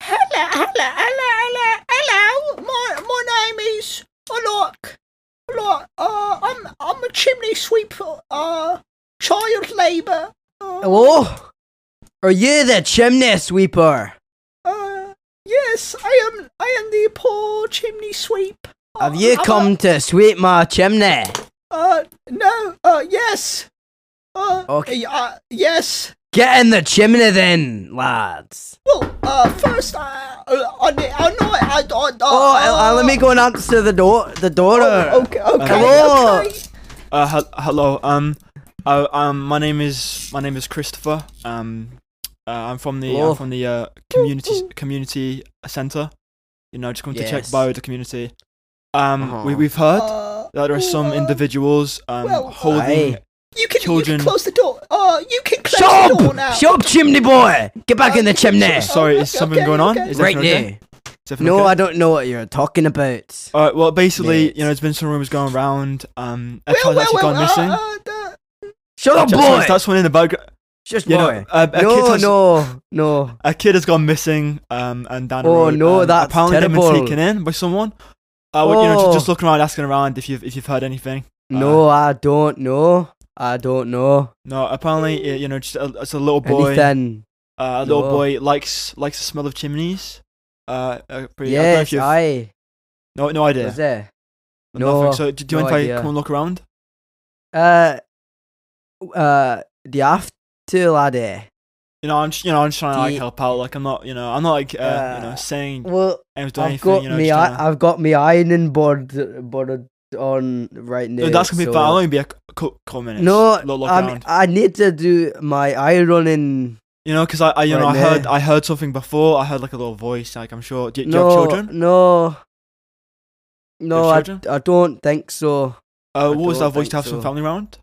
hello, hello, hello, hello. My my name is like like uh I'm I'm a chimney sweep uh child labour. Uh, Hello? Oh, Are you the chimney sweeper? uh, yes, I am I am the poor chimney sweep. Have Uh, you I'm a- come to sweep my chimney? uh no, uh yes. Uh, Okay. uh yes. Get in the chimney then, lads. Well, uh first I I, I, I know I I, I Oh, uh, oh, uh, let me go and answer the door. The door. uh, Okay, okay, Hello. okay. Uh, hel- hello. Um, uh, um, my name is my name is Christopher. Um, uh, I'm from the Hello. I'm from the uh, community community center. You know, just coming to check Yes. by the community. Um, we, Uh-huh. we've heard Uh, that there are some uh, individuals um well, holding. Aye. You can, Children. you can close the door. Uh, you can close Shut the door now. up! Shut up, chimney boy! Get back in the chimney! Oh, Sorry, is okay, something okay, going on? okay. Is Right everything now. okay? Is everything No, okay? Oh, I don't know what you're talking about. All right. Well, basically, Mate. you know, there's been some rumors going around. Um, Well, Epcot's well, actually well, gone missing. Uh, uh, the- Shut up, Just- Oh, boy! That's one in the background. Just You boy. know, uh, a, a kid No, has, no, no. a kid has gone missing. Um, and down the Oh, road, no, um, that's apparently they've terrible. been taken in by someone. Uh, well, you know, Oh. just, just looking around, asking around if you've if you've heard anything. No, I don't know. I don't know No, apparently, y- you know, just a, it's a little boy. Uh, anything. a little No. boy likes likes the smell of chimneys. Uh, uh, pretty, I don't know Yes, if you've- aye. no, no idea. Was there? Nothing. no, so, do, do you no mind if I idea. come and look around? Uh, uh, the after laddie. You know, I'm just, you know I'm just trying to like Ye- help out. Like I'm not, you know, I'm not like uh, you know Uh, saying Well, I was doing I've anything. got you know, me, just I, tryna- I've got me ironing board boarded on right now. No, that's gonna be so- bad. I'll only be a c- cou- couple minutes. No, Lo- look I'm- around. I need to do my ironing. you know, because I, I, you know, I Right, heard, meh. I heard something before. I heard like a little voice. Like I'm sure. Do, do no, you have children? No. No, I, children? I don't think so. Uh, I what was that don't voice? think To have some so. family round?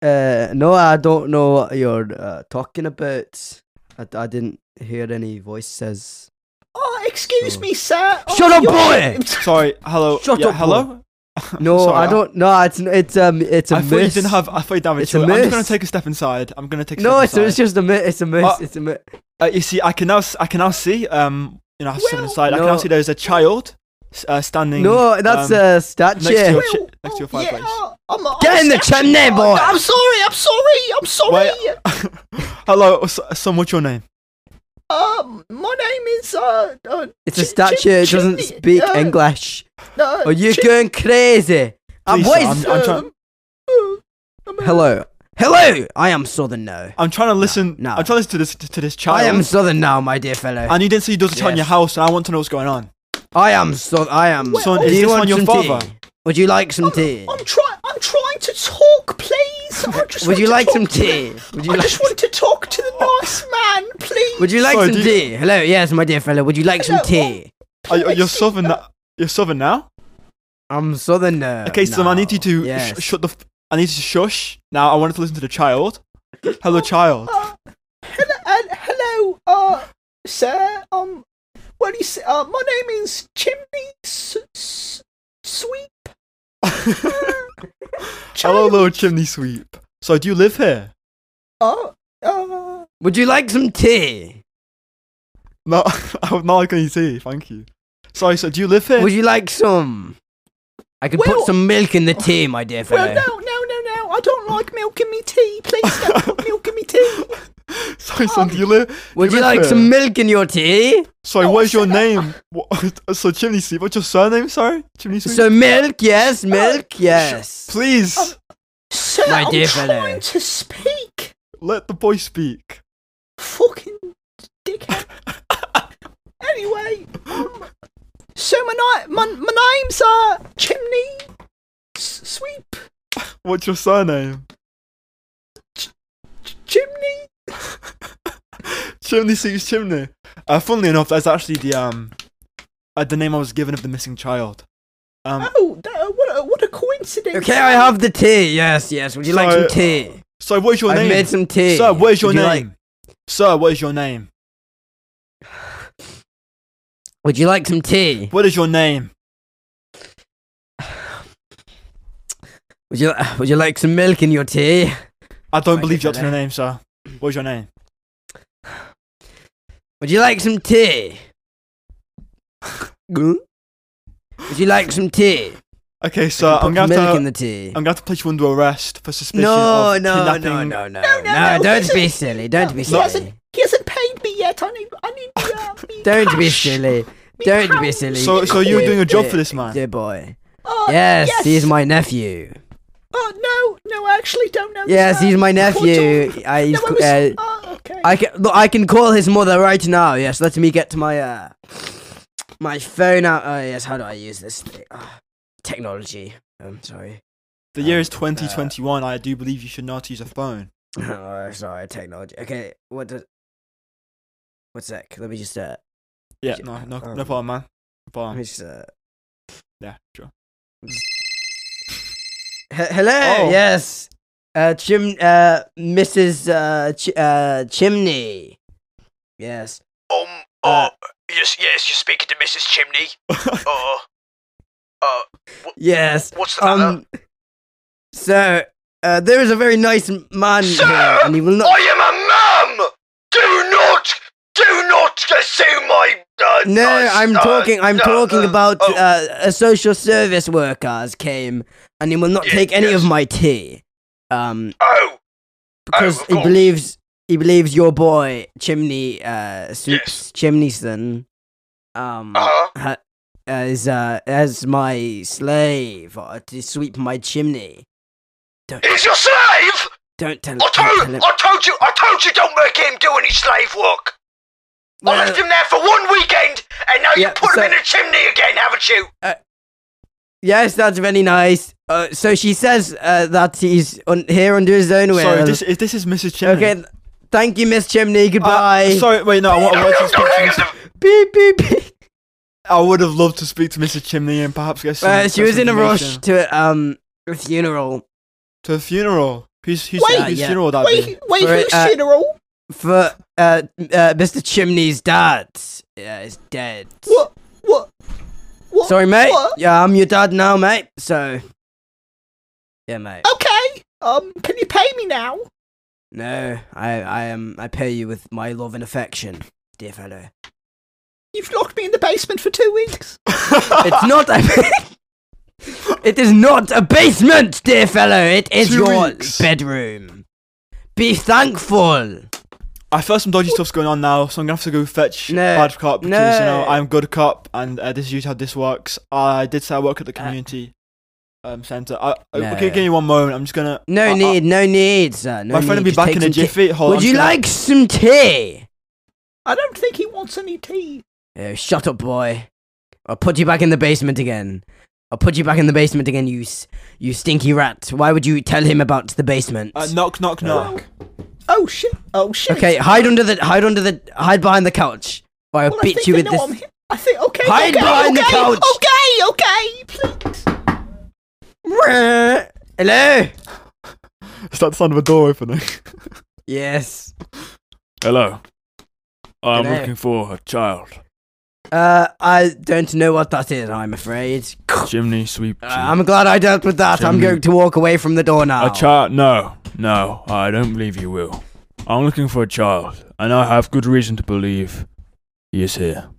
Uh, no, I don't know what you're uh, talking about. I, I didn't hear any voices. oh, excuse Oh. me, sir. Oh, Shut up, you're- Sorry. Hello. Shut Oh, yeah, up, boy. Hello. No, Sorry, I don't. No, it's n- it's um, it's a I miss. thought you didn't have. I thought you didn't have It's a children. I'm just gonna miss. take a step inside. I'm gonna take. A no, it's, step it's inside. just a miss. It's a miss. Uh, it's a miss. Uh, you see, I can now, s- I can now see. Um, you know, I have to step Well, inside. I can now No. see there's a child s- uh, standing. No, that's uh, um, a next to statue. your, chi- next to your oh, yeah, fireplace. oh, I'm, I'm Get in the sorry. chimney, boy. I'm sorry. I'm sorry. I'm sorry. Hello, s- son. What's your name? Um, my name is uh. uh It's a Chi- Chi- statue. It doesn't Chimney, speak uh, English. uh, Are you Chi- going crazy? I'm, Please, what sir, is- I'm trying- um, uh, I'm a- Hello, hello. I am Southern now. I'm trying to listen. no. I'm trying to listen to this to this child. I am Southern now, my dear fellow. And you didn't say you does a child in your Yes. house, and I want to know what's going on. I am so. I am. Well, Son, Do is you this want one your some father? tea? Would you like some tea? I'm trying. I'm trying to talk, please. I just Would want you to like talk some to the- tea? Would you I like? Oh. just want to talk to the nice man, please. Would you like Sorry, some do you- tea? Hello, yes, my dear fellow. Would you like some Hello, tea? Are, you- are you Please, southern? uh, now? You're southern now. I'm Southern now. Uh, Okay, so I need you to Yes. sh- shut the. F- I need you to shush. Now I wanted to listen to the child. Hello, child. Uh, hello, uh, hello, uh, sir. Um, what do you say? Uh, my name is Chimney S- S- Sweep. Hello, little chimney sweep. So do you live here? Oh, uh, Would you like some tea? No, I would not like any tea. Thank you. Sorry, so do you live here? Would you like some? I could Well- put some milk in the tea, my dear fellow. well, no, no, no, no. I don't like milk in me tea. Please don't put milk in me tea. Sorry, son. Do you live? do Would you live like here? some milk in your tea? Sorry, No, what is your shut up. name? What, so chimney sweep. What's your surname? Sorry, chimney sweep. So milk, yes, Oh, milk, yes. Please Sir, My I'm dear trying fellow. to speak. let the boy speak. Fucking dickhead. anyway, um, so my, ni- my my name's uh Chimney S- Sweep. What's your surname? chimney. Chimney Sweep's Chimney. Uh, funnily enough, that's actually the um, uh, the name I was given of the missing child. Um, Oh, that, uh, what a what a coincidence! Okay, I have the tea. Yes, yes. Would you like Sorry, some tea? so what is your I've name? made some tea. Sir, what is your Would you name? like- Sir, what is your name? would you like some tea? What is your name? Would you would you like some milk in your tea? I don't My believe you up to your goodness. name, sir. What is your name? Would you like some tea? Would you like some tea? Okay, so Put I'm gonna have milk in to. the tea. I'm gonna have to place you under arrest for suspicion No, of no, kidnapping. no, no, no, No, no, no, no, Don't he be hasn't- silly. Don't be he silly. hasn't- He hasn't paid me yet. I need, I need. Uh, me Don't be cash. silly. Me Don't be pounds. silly. So- so you're doing a job for this man? dear boy. Uh, Yes, he's my nephew. Oh no, no, I actually don't know. his Yes, he's name. my I thought nephew. you- I, he's, no, I co- was- uh, oh, okay. I can look, I can call his mother right now. Yes, let me get my uh my phone out. Oh yes, how do I use this thing? Ah, technology? I'm sorry. The year is 2021. I do believe you should know how to use a phone. oh, sorry, technology. Okay, what does? What's that? Let me just uh, Yeah, Yeah, no, no, um, no problem, man. No let problem. me just uh. Yeah, sure. He- hello. Oh. Yes. Uh, chim. Uh, Mrs. Uh, Ch- uh, chimney. Yes. Um, Uh, oh, yes, yes, you're speaking to Mrs. Chimney. Uh, uh, Yes. what's the matter? Um. So, uh, there is a very nice man here, Sir, and he will not. I am a man! Do not, do not assume my. Uh, No, uh, I'm uh, talking. I'm uh, talking uh, about oh. uh, a social service workers came, and he will not Ye- take any of yes. my tea, um, Oh, because of he course. believes he believes your boy Chimney uh, Soups Yes. Chimneyson, um, uh-huh. ha- as uh, as my slave uh, to sweep my chimney. Don't He's your slave! don't tell, I don't tell told, him. I told you, I told you don't make him do any slave work! I Well, left him there for one weekend, and now Uh, Yeah, you put so- him in a chimney again, haven't you? yes, that's very nice. Uh, so she says uh, that he's on, here under his own will. Sorry, this is this is Mrs. Chimney. Okay, th- thank you, Miss Chimney. Goodbye. Uh, sorry, wait, no, I, wa- I, wanted to speak to Mrs. Beep beep beep. I would have loved to speak to Mrs. Chimney and perhaps get some. Uh, she get was some in a rush information. to um a funeral to a funeral. Who's who's Wait, whose yeah. funeral would that be? wait, wait, For, who's uh, funeral? for uh, uh Mr. Chimney's dad. Yeah, is dead. What? What? What? Sorry, mate. What? Yeah, I'm your dad now, mate. So. Yeah, mate. Okay. Um, can you pay me now? No, I, I am. I pay you with my love and affection, dear fellow. You've locked me in the basement for two weeks. It's not a. it is not a basement, dear fellow. It is Two your weeks. bedroom. Be thankful. I feel some dodgy stuff's going on now, so I'm gonna have to go fetch No, bad cop because you know no. I'm good cop, and uh, this is usually how this works. I did say I work at the community um center. I, I- Uh. No. okay, give me one moment. I'm just gonna. No I- I- need, no need, sir. No Uh, my need. friend will be Just back take in a some tea. jiffy. Hold on, Would I'm you just gonna- like some tea? I don't think he wants any tea. Oh, shut up, boy. I'll put you back in the basement again. I'll put you back in the basement again, you s- you stinky rat. Why would you tell him about the basement? Uh, knock, knock, knock. Oh shit! Oh shit! Okay, hide under the hide under the hide behind the couch. Or I'll Well, I beat think you they with know this. I'm here. I think. Okay. Hide okay, behind the okay, couch. Okay. Okay. Please. Hello. Is that the sound of a door opening? Yes. Hello. I'm Hello. looking for a child. Uh, I don't know what that is. I'm afraid. Uh, Chimney sweep. I'm glad I dealt with that. I'm Jimmy. going to walk away from the door now. A child? No, no, I don't believe you will. I'm looking for a child, and I have good reason to believe he is here.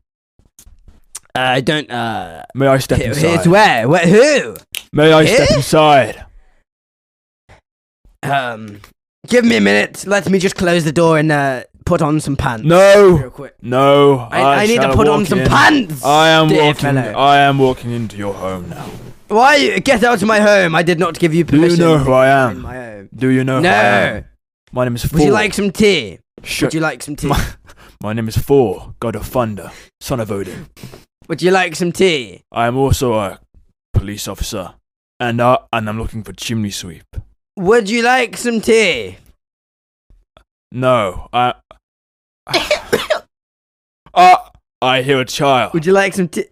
I don't. Uh, May I step here- here's inside? where. Where? Who? May I Here? step inside? Um, give me a minute. Let me just close the door and uh, put on some pants. Real No, quick. no. I, I, need to shall put on walk some in. pants. I am dear walking. fellow. I am walking into your home now. Why you- get out of my home? I did not give you Do permission. you know who I In am? my home. Do you know? Who I No. am? My name is Four. Would you like some tea? Shut- Would you like some tea? My- My name is Four, God of Thunder, son of Odin. Would you like some tea? I am also a police officer, and I and I'm looking for chimney sweep. Would you like some tea? No, I. Ah, I hear a child. Would you like some tea?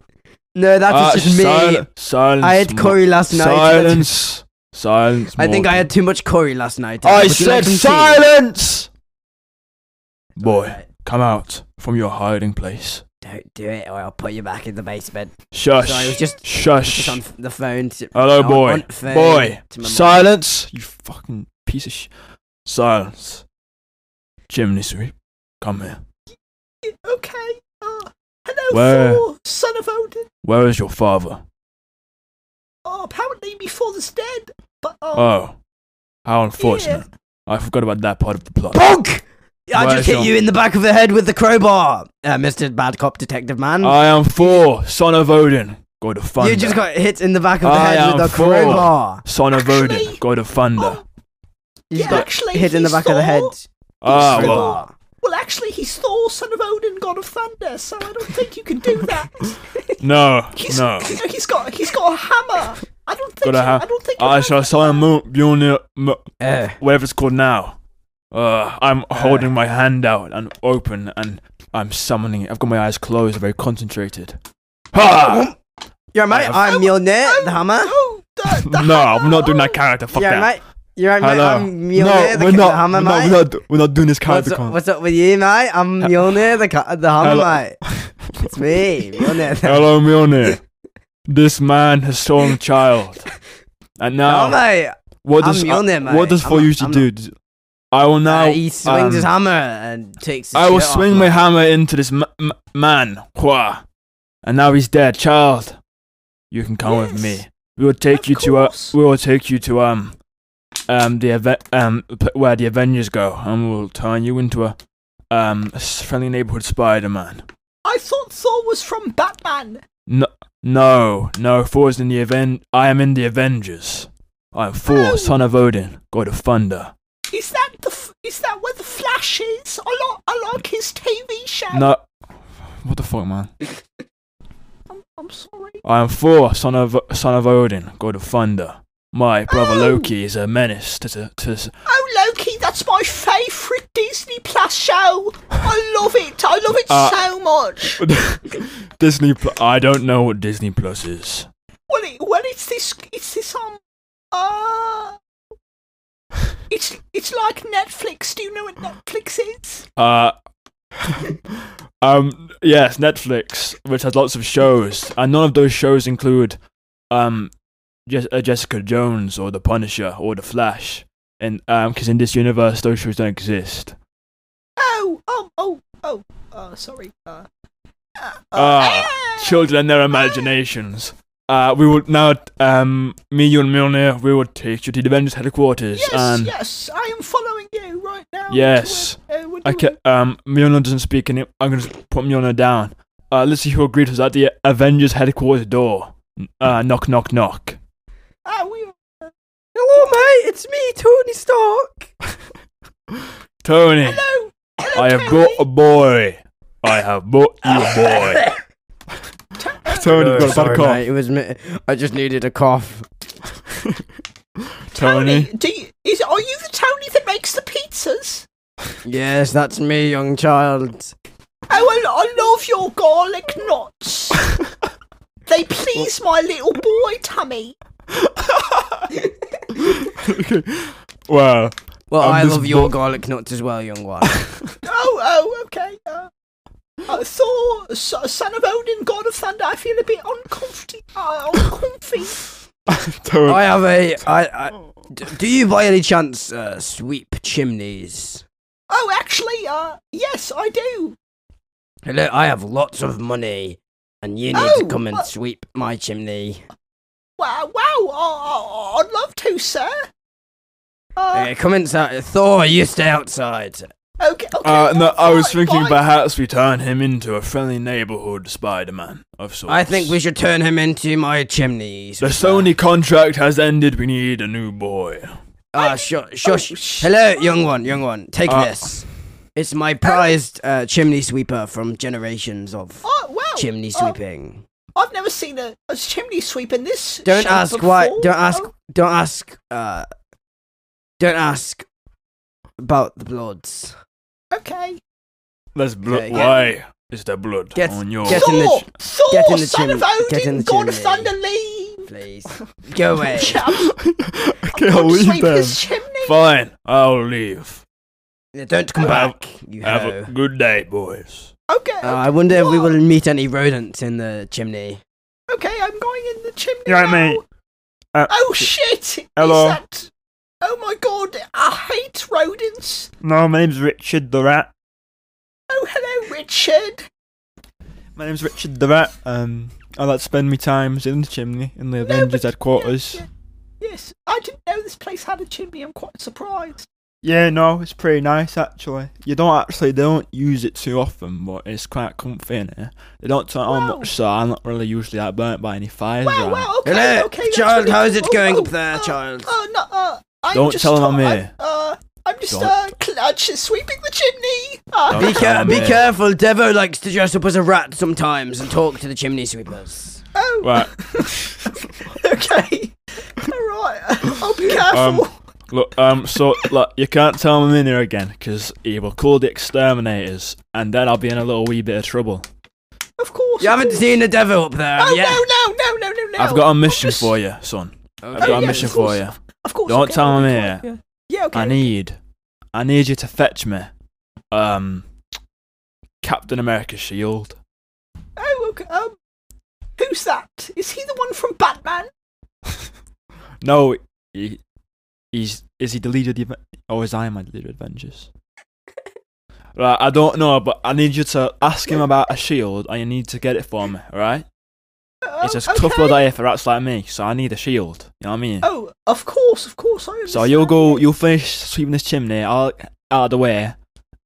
No, that was Ah, just me. sil- silence. I had Mo- curry last night. Silence. Silence. I think I Morgan. had too much curry last night. I Would you said like some tea? silence. Boy, Alright, come out from your hiding place. Uh, Don't do it, or I'll put you back in the basement. Shush. Sorry, I was just- Shush. Just on the phone. To, Uh, Hello, on- boy. on phone Boy, to my mom. silence! You fucking piece of sh. Silence. Chimney sweep, come here. Okay. Uh, Hello, Where- Thor, son of Odin. Where is your father? Oh, apparently before this dead, but oh, Oh, how unfortunate. I forgot about that part of the plot. Bonk! I Right, just hit sure. you in the back of the head with the crowbar, uh, Mr. Bad Cop Detective Man. I am Thor, son of Odin, god of thunder. you just got hit in the back of the I head with am a Thor. crowbar. son of Odin, Actually- god of oh, thunder. yeah, You just got actually, hit in the he's back of the head. Oh, Thor. Ah, Thor. well, Well, actually, he's Thor, son of Odin, god of thunder. So I don't think you can do that. no, He's, no. you know, he's got he's got a hammer. I don't think. Got a you- ha- Oh, I don't think. I you shall have- summon Mu- Mjolnir, M- Eh. whatever it's called now. Uh, I'm holding my hand out and open, and I'm summoning it. I've got my eyes closed, very concentrated. Ha! You're right, mate. have- I'm Mjolnir, the hammer. No, the, the No, I'm not doing hammer. that character. Fuck You're that. right, mate. You're right, mate. Hello. I'm Mjolnir, the, we're ca- not, the hammer, we're not, mate. we're not, we're not doing this what's, character up, con. what's up with you, mate? I'm Mjolnir, the, ca- the hammer, Hello. mate. It's me, Mjolnir. the- Hello, Mjolnir. this man has stolen a child. And No, now, mate. what I'm does, Mjolnir, mate. what does I'm Thor not- usually I'm do? I will now. Uh, he swings um, his hammer and takes. his I will shirt off, swing my mate. hammer into this m- m- man, Hua, and now he's dead. Child, you can come with me. Yes, We will take of you to uh, course. we will take you to um um the ave- um p- where the Avengers go, and we'll turn you into a um a s- friendly neighborhood Spider-Man. I thought Thor was from Batman. No, no, no. Thor's in the Aven. I am in the Avengers. I am Thor, Oh. son of Odin, god of thunder. Is that the f- is that where the Flash is? I like I like his TV show. No, what the fuck, man? I'm, I'm sorry. I am Thor, son of son of Odin, god of thunder. My brother Oh. Loki is a menace to to. to s- Oh Loki, that's my favourite Disney Plus show. I love it. I love it Uh, so much. Disney. Pl- I don't know what Disney Plus is. Well, it, well, it's this. It's this. Um. Uh. It's it's like Netflix. Do you know what Netflix is? Uh, um, yes, Netflix, which has lots of shows, and none of those shows include um, Je- uh, Jessica Jones or The Punisher or The Flash, and um, because in this universe those shows don't exist. Oh. Oh. Oh. Oh. Uh, sorry. Uh. uh, Ah, eh. children and their imaginations. Uh, we will now, um, me, you, and Milner, we will take you to the Avengers headquarters. Yes, and yes, I am following you right now. Yes. To where- uh, we're I doing- ca- um, Milner doesn't speak, and I'm going to put Milner down. Uh, let's see who agreed was at the Avengers headquarters door. Uh, knock, knock, knock. Ah, we- Hello, mate. It's me, Tony Stark. Tony, hello, hello, I have Tony. brought a boy. I have brought you a boy. Tony, Uh, you've got a bad Sorry, cough. mate. It was me. I just needed a cough. Tony, Do you, is are you the Tony that makes the pizzas? Yes, that's me, young child. Oh, I, I love your garlic knots. they please my little boy tummy. well, Well, I'm I this love your bo- garlic nuts as well, young one. Oh, oh, okay. Uh, uh, Thor, so, son of Odin, god of thunder. I feel a bit uncomfy. Uh, uncomfy. Tony. I have a. I, I, d- do you by any chance uh, sweep chimneys? oh, actually, uh, yes, I do. Hello, I have lots of money, and you need to Oh, come and what- sweep my chimney. Wow, wow, I, I, I'd love to, sir. Uh, Uh, come inside, Thor. You stay outside. okay, okay. uh, no, I was fine, thinking fine. perhaps we turn him into a friendly neighborhood Spider-Man of sorts. I think we should uh, turn him into my chimneys. The Sony contract has ended. We need a new boy. Ah, shush, shush. oh, sh- Hello, young one, young one. Take Uh, this. It's my prized uh, chimney sweeper from generations of Oh, wow. chimney Oh, sweeping. I've never seen a, a chimney sweep in this. Don't shape ask before. why. Don't ask. Oh, Don't ask. Uh, don't ask about the bloods. okay. There's blood. Okay. Why is there blood Get- on your? get- in the Thor, ch- Thor, get in the son of chimney- get in Odin, the god of chimney. thunder, leave. Please go away. Yeah, I'm- okay, I'm I'll gonna leave sweep them. his chimney. Fine, I'll leave. Yeah, Don't come Have- back. You Have ho. a good day, boys. Okay, Uh, I wonder if we What? will meet any rodents in the chimney. okay, I'm going in the chimney You right, now. mate. Uh, oh shit! hello. Is that... Oh my god, I hate rodents. No, my name's Richard the Rat. Oh hello, Richard. My name's Richard the Rat. Um, I like to spend me times in the chimney in the Avengers but- headquarters. yeah, yeah. Yes, I didn't know this place had a chimney. I'm quite surprised. Yeah, no, it's pretty nice actually. You don't actually they don't use it too often, but it's quite comfy in here. They don't turn on Wow. much, so I'm not really usually that burnt by any fires. Wow, around. wow, okay, Hello, okay. that's child, really how's cool. it going Oh, up there, oh, child? Oh, no, uh, I'm Don't just, tell him I'm uh, here. uh, I'm just, Don't- uh, cl- uh, just sweeping the chimney. Uh, Be, Don't tell care- him be it. careful, Devo likes to dress up as a rat sometimes and talk to the chimney sweepers. oh, Right. okay. All right. Oh, be careful. Um, Look, um, so like you can't tell him I'm in here again because he will call the exterminators, and then I'll be in a little wee bit of trouble. of course. You of haven't course. seen the Devo up there, have Oh you? no, no, no, no, no, no. I've got a mission just- for you, son. Okay. I've got Oh, a yeah, mission of for course. you. Of course. Don't okay, tell okay, him yeah. Yeah. Okay. I need, I need you to fetch me, um, Captain America's shield. Oh, okay. Um, who's that? Is he the one from Batman? No, he, he's is he the leader of the Aven- or is Iron Man the leader of Avengers? right, I don't know, but I need you to ask him about a shield, and you need to get it for me. All right? Oh, it's as okay. tough as I am for rats like me, so I need a shield. You know what I mean? Oh, of course, of course. I so understand. you'll go, you'll finish sweeping this chimney. I'll get out of the way.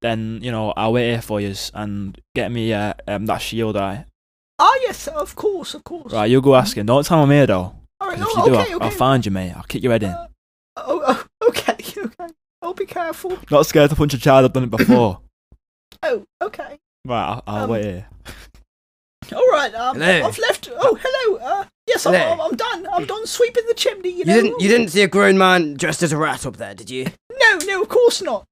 Then you know I'll wait here for you and get me uh, um, that shield. I Ah, yes, of course, of course. right, you'll go ask him. Don't tell him I'm here though. All right. 'cause Oh, if you do, okay, I'll, okay. I'll find you, mate. I'll kick your head in. Uh, oh, oh, okay, okay. I'll be careful. Not scared to punch a child. I've done it before. Oh, okay. right, I'll, I'll Um, wait here. All right. Um, Hello. I've left. Oh, hello. Uh, yes, I'm, Hello. I'm, I'm done. I'm done sweeping the chimney. You, You know. didn't, you didn't see a grown man dressed as a rat up there, did you? No, no, of course not.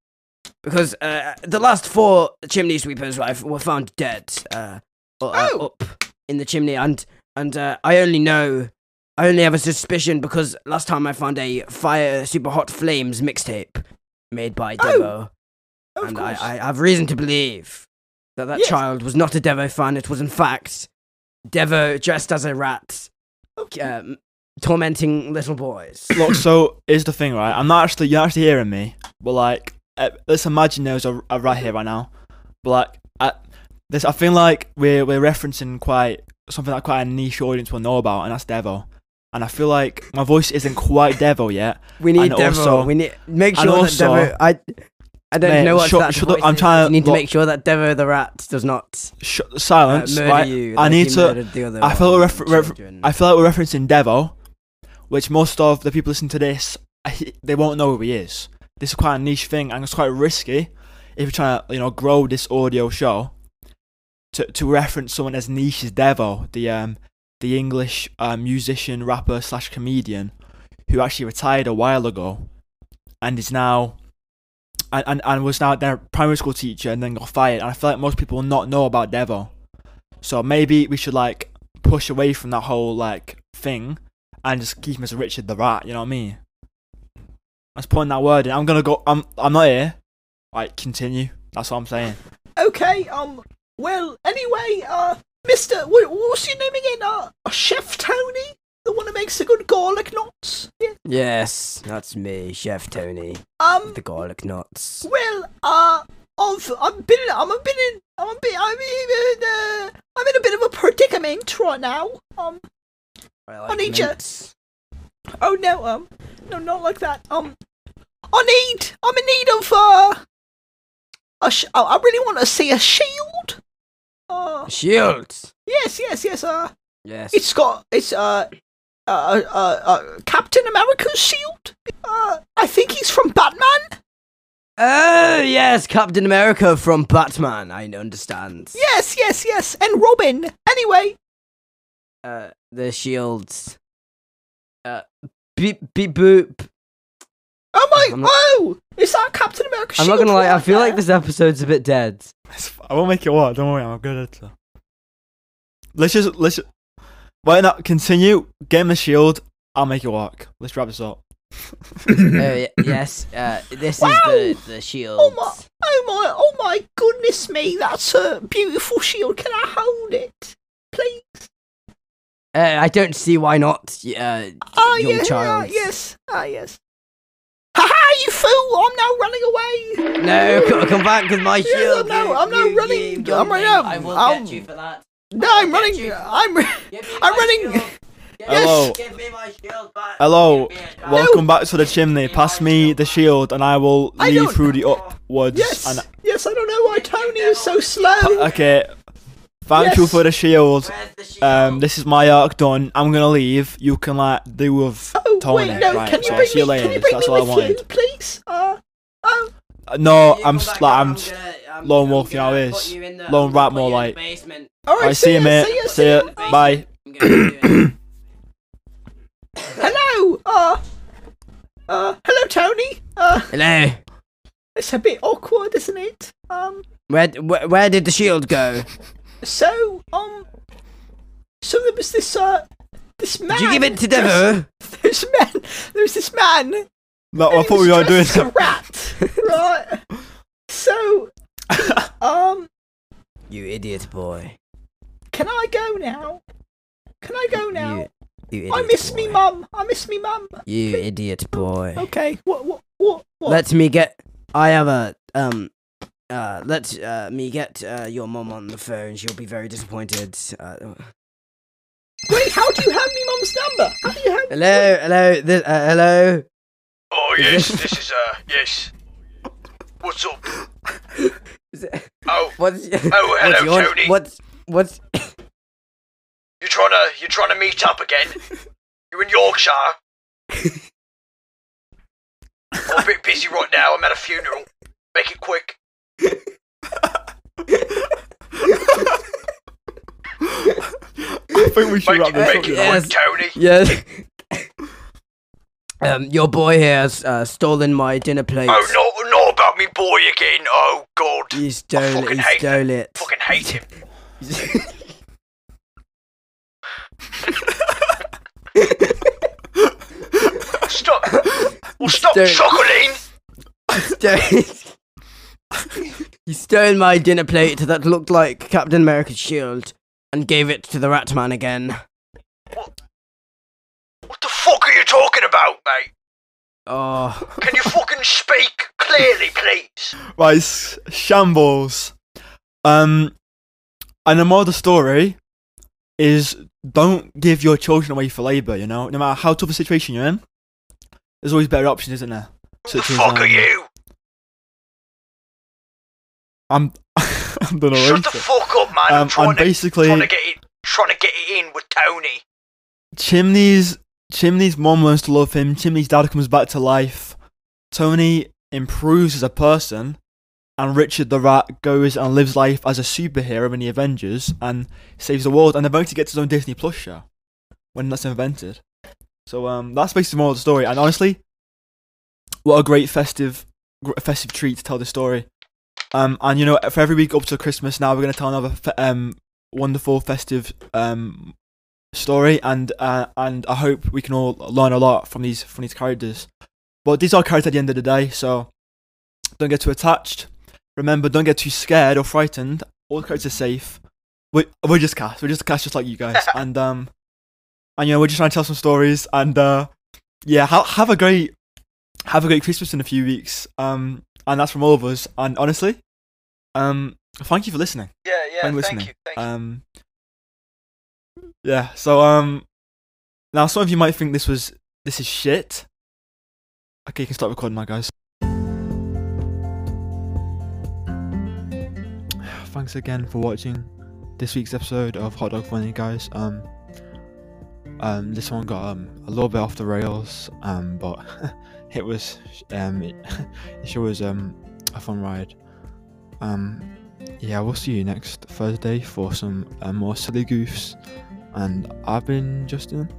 Because uh, the last four chimney sweepers right, were found dead uh, or, uh, Oh. up in the chimney, and and uh, I only know, I only have a suspicion because last time I found a fire super hot flames mixtape made by Oh. Devo, Of and course. I, I have reason to believe that that Yes. child was not a Devo fan. It was in fact Devo dressed as a rat, Okay. um, tormenting little boys. Look, so here's the thing, right? I'm not actually you're actually hearing me, but like, uh, let's imagine there's a, a rat here right now, but like, I, this I feel like we're we're referencing quite something that quite a niche audience will know about, and that's Devo. And I feel like my voice isn't quite Devo yet. We need And Devo. also- we need make and sure also- that Devo. I I don't Mate, know what shut- that shut up, voice I'm is. trying to- You need to look- make sure that Devo the rat does not Sh- uh, silence. murder right? you. I like need he to. murdered the other I feel one, refer- refer- children. I feel like we're referencing Devo, which most of the people listening to this, I- they won't know who he is. This is quite a niche thing, and it's quite risky if you're trying to, you know, grow this audio show to to reference someone as niche as Devo, the um the English uh, musician, rapper slash comedian who actually retired a while ago, and is now. And, and, and was now their primary school teacher and then got fired. And I feel like most people will not know about Devo. So maybe we should like push away from that whole like thing and just keep him as Richard the Rat. You know what I mean? I was putting that word in. I'm gonna go. I'm. I'm not here. Like continue. That's what I'm saying. Okay. Um. Well. Anyway. Uh. Mister, what, what's your name again? Uh, Chef Tony, the one who makes the good garlic knots. Yeah. Yes, that's me, Chef Tony, Um. the garlic nuts. Well. Uh. I've I've been in, I'm a bit in I'm a bit I'm in, uh, I'm in a bit of a predicament right now. Um. I need ya. Oh no. Um. No, not like that. Um. I need. I'm in need of uh. A sh- oh, I really want to see a shield. Uh. Shields. Yes. Yes. Yes. Uh. Yes. It's got it's uh uh uh, uh Captain America's shield. Uh, I think he's from Batman. oh yes, Captain America from Batman. I understand. Yes, yes, yes, and Robin. Anyway, Uh, the shields. Uh, beep beep boop. oh my, I'm not- oh, is that Captain America's I'm shield? not gonna lie. right I feel there? like this episode's a bit dead. I won't make it work. Don't worry. I'm a good editor. Let's just let's. ju- Why not continue? Get him the shield. I'll make it work. Let's wrap this up. Oh y- yes, uh, this Wow! is the the shield. Oh my, oh my, oh my goodness me! That's a beautiful shield. Can I hold it, please? Uh, I don't see why not, y- uh, Ah, young yeah, child. ah, yes, ah, yes. Ha ha! You fool! I'm now running away. No, c- come back with my Yeah, shield. no, you- I'm not you- running. you young I'm right thing. up. I will I'm- get you for that. No, I'm running. I'm. I'm running- Hello. Give me my shield back. Hello. Give me it back. Welcome back to the chimney. Pass me the shield, and I will I lead don't- through the upwards. Yes. And Yes. I don't know why Tony is so slow. okay. Thank you Yes. for the shield. Where's the shield? Um, this is my arc done. I'm gonna leave. You can like deal with Oh Tony. wait, no. right? can you so I'll bring see you me? later. Can you bring That's me all I with wanted. you, please? Uh. Oh. Uh, No, You I'm come s- back like up, I'm s- gonna- I'm- lone I'm wolfing gonna out put is. you in the- Lone I'm gonna rat put more you in the like- basement. All right. I see you, mate. See you. See ya. ya. Bye. I'm gonna do it. Hello. Uh. Uh. Hello, Tony. Uh. Hello. It's a bit awkward, isn't it? Um. Where, where where did the shield go? So um. So there was this uh. This man. Did you give it to dressed- Devo? This man. There was this man No, Oh, I thought we were doing a rat, right? So, um, You idiot boy. can I go now? Can I go now? You, you idiot I miss boy. me mum. I miss me mum. You idiot boy. Okay, what, what, what, what? Let me get. I have a um. Uh, let uh, me get uh, your mom on the phone. She'll be very disappointed. Uh, Wait, how do you have me mum's number? How do you have? hello, hello, th- uh, hello. Oh yes, this is uh yes. What's up? Is it- Oh, What's oh hello, Tony. What's what's you trying to you trying to meet up again? You're in Yorkshire. I'm a bit busy right now. I'm at a funeral. Make it quick. I think we should Make wrap it, this make up. it you know. Yes. quick, Tony. yes? um, your boy here has uh, stolen my dinner plate. Oh, not not about me boy again. Oh God, He stole it. fucking He hate stole it. fucking hate him. Stop. Well, stop Don't. chuckling. he stole my dinner plate that looked like Captain America's shield and gave it to the Rat Man again. What the fuck are you talking about, mate? Oh, Can you fucking speak clearly, please? Right, s- shambles. Um, and the moral of the story is don't give your children away for labour. You know, no matter how tough a situation you're in, there's always better options, isn't there? Who the Such as, fuck are um, you? I'm. I'm done Shut the already. fuck up, man. I'm Um, trying I'm to, trying to basically get it, trying to get it in with Tony. Chimney's. Chimney's mom learns to love him. Chimney's dad comes back to life. Tony improves as a person, and Richard the Rat goes and lives life as a superhero in the Avengers and saves the world. And eventually gets his own Disney Plus show when that's invented. So um, that's basically the moral of the story. And honestly, what a great festive, gr- festive treat to tell the story. Um, and you know, for every week up to Christmas now, we're gonna tell another fe- um wonderful festive um story, and uh, and I hope we can all learn a lot from these from these characters. But these are characters at the end of the day, so don't get too attached. Remember, don't get too scared or frightened. All characters are safe. We're, we're just cast. We're just cast, just like you guys. and um, and you know, we're just trying to tell some stories. And uh, yeah, ha- have a great have a great Christmas in a few weeks. Um, and that's from all of us. And honestly, um, thank you for listening. Yeah, yeah. I'm thank listening. you, Um, yeah. So um, now some of you might think this was this is shit. Okay, you can start recording now, guys. Thanks again for watching this week's episode of Hot Dog Funny, guys. Um, um, this one got um a little bit off the rails, um, but it was um it, it sure was um a fun ride. Um, yeah, we'll see you next Thursday for some uh, more silly goofs. And I've been Justin.